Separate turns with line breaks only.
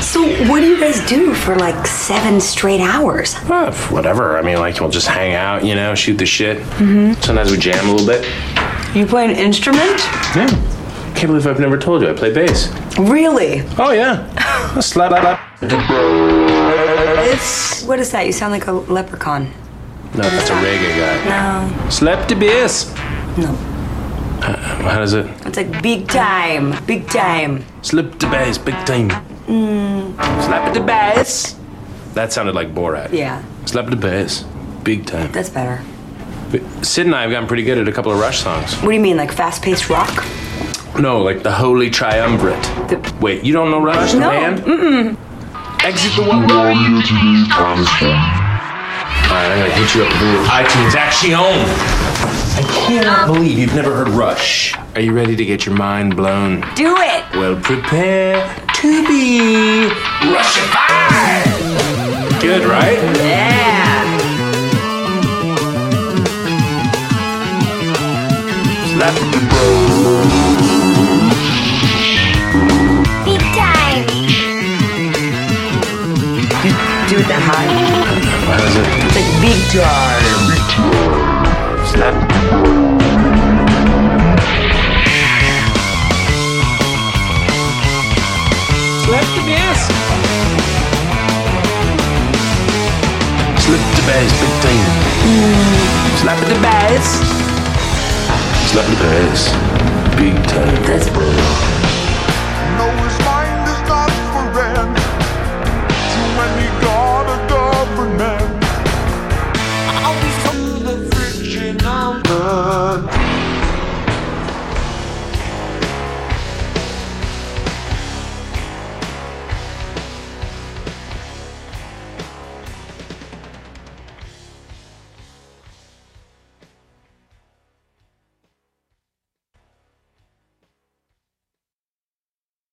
So, what do you guys do for like seven straight hours?
Uh, whatever. I mean, like we'll just hang out, you know, shoot the shit. Mm-hmm. Sometimes we jam a little bit.
You play an instrument?
Yeah. Can't believe I've never told you I play bass.
Really?
Oh yeah. Slap
It's what is that? You sound like a leprechaun.
No, that's a reggae guy.
No,
Slap the bass.
no.
How does it?
It's like big time, big time.
Slip the bass, big time. Slap the bass. That sounded like Borat.
Yeah,
Slap the bass, big time.
that's better.
Sid and I have gotten pretty good at a couple of Rush songs.
What do you mean, like fast-paced rock?
No, like the Holy Triumvirate.
The-
Wait, you don't know Rush?
No,
Man? Mm-mm. Exit the one. All right, I'm gonna hit you up with a little iTunes action. I cannot believe you've never heard Rush. Are you ready to get your mind blown?
Do it.
Well, prepare to be Russified. Good, right?
Yeah.
Slap the
Big time.
Do it that high.
How does it?
It's like big time.
Slap Slap the bass. Slap the bass, big thing. Slap the bass. Slap the bass, big time.
That's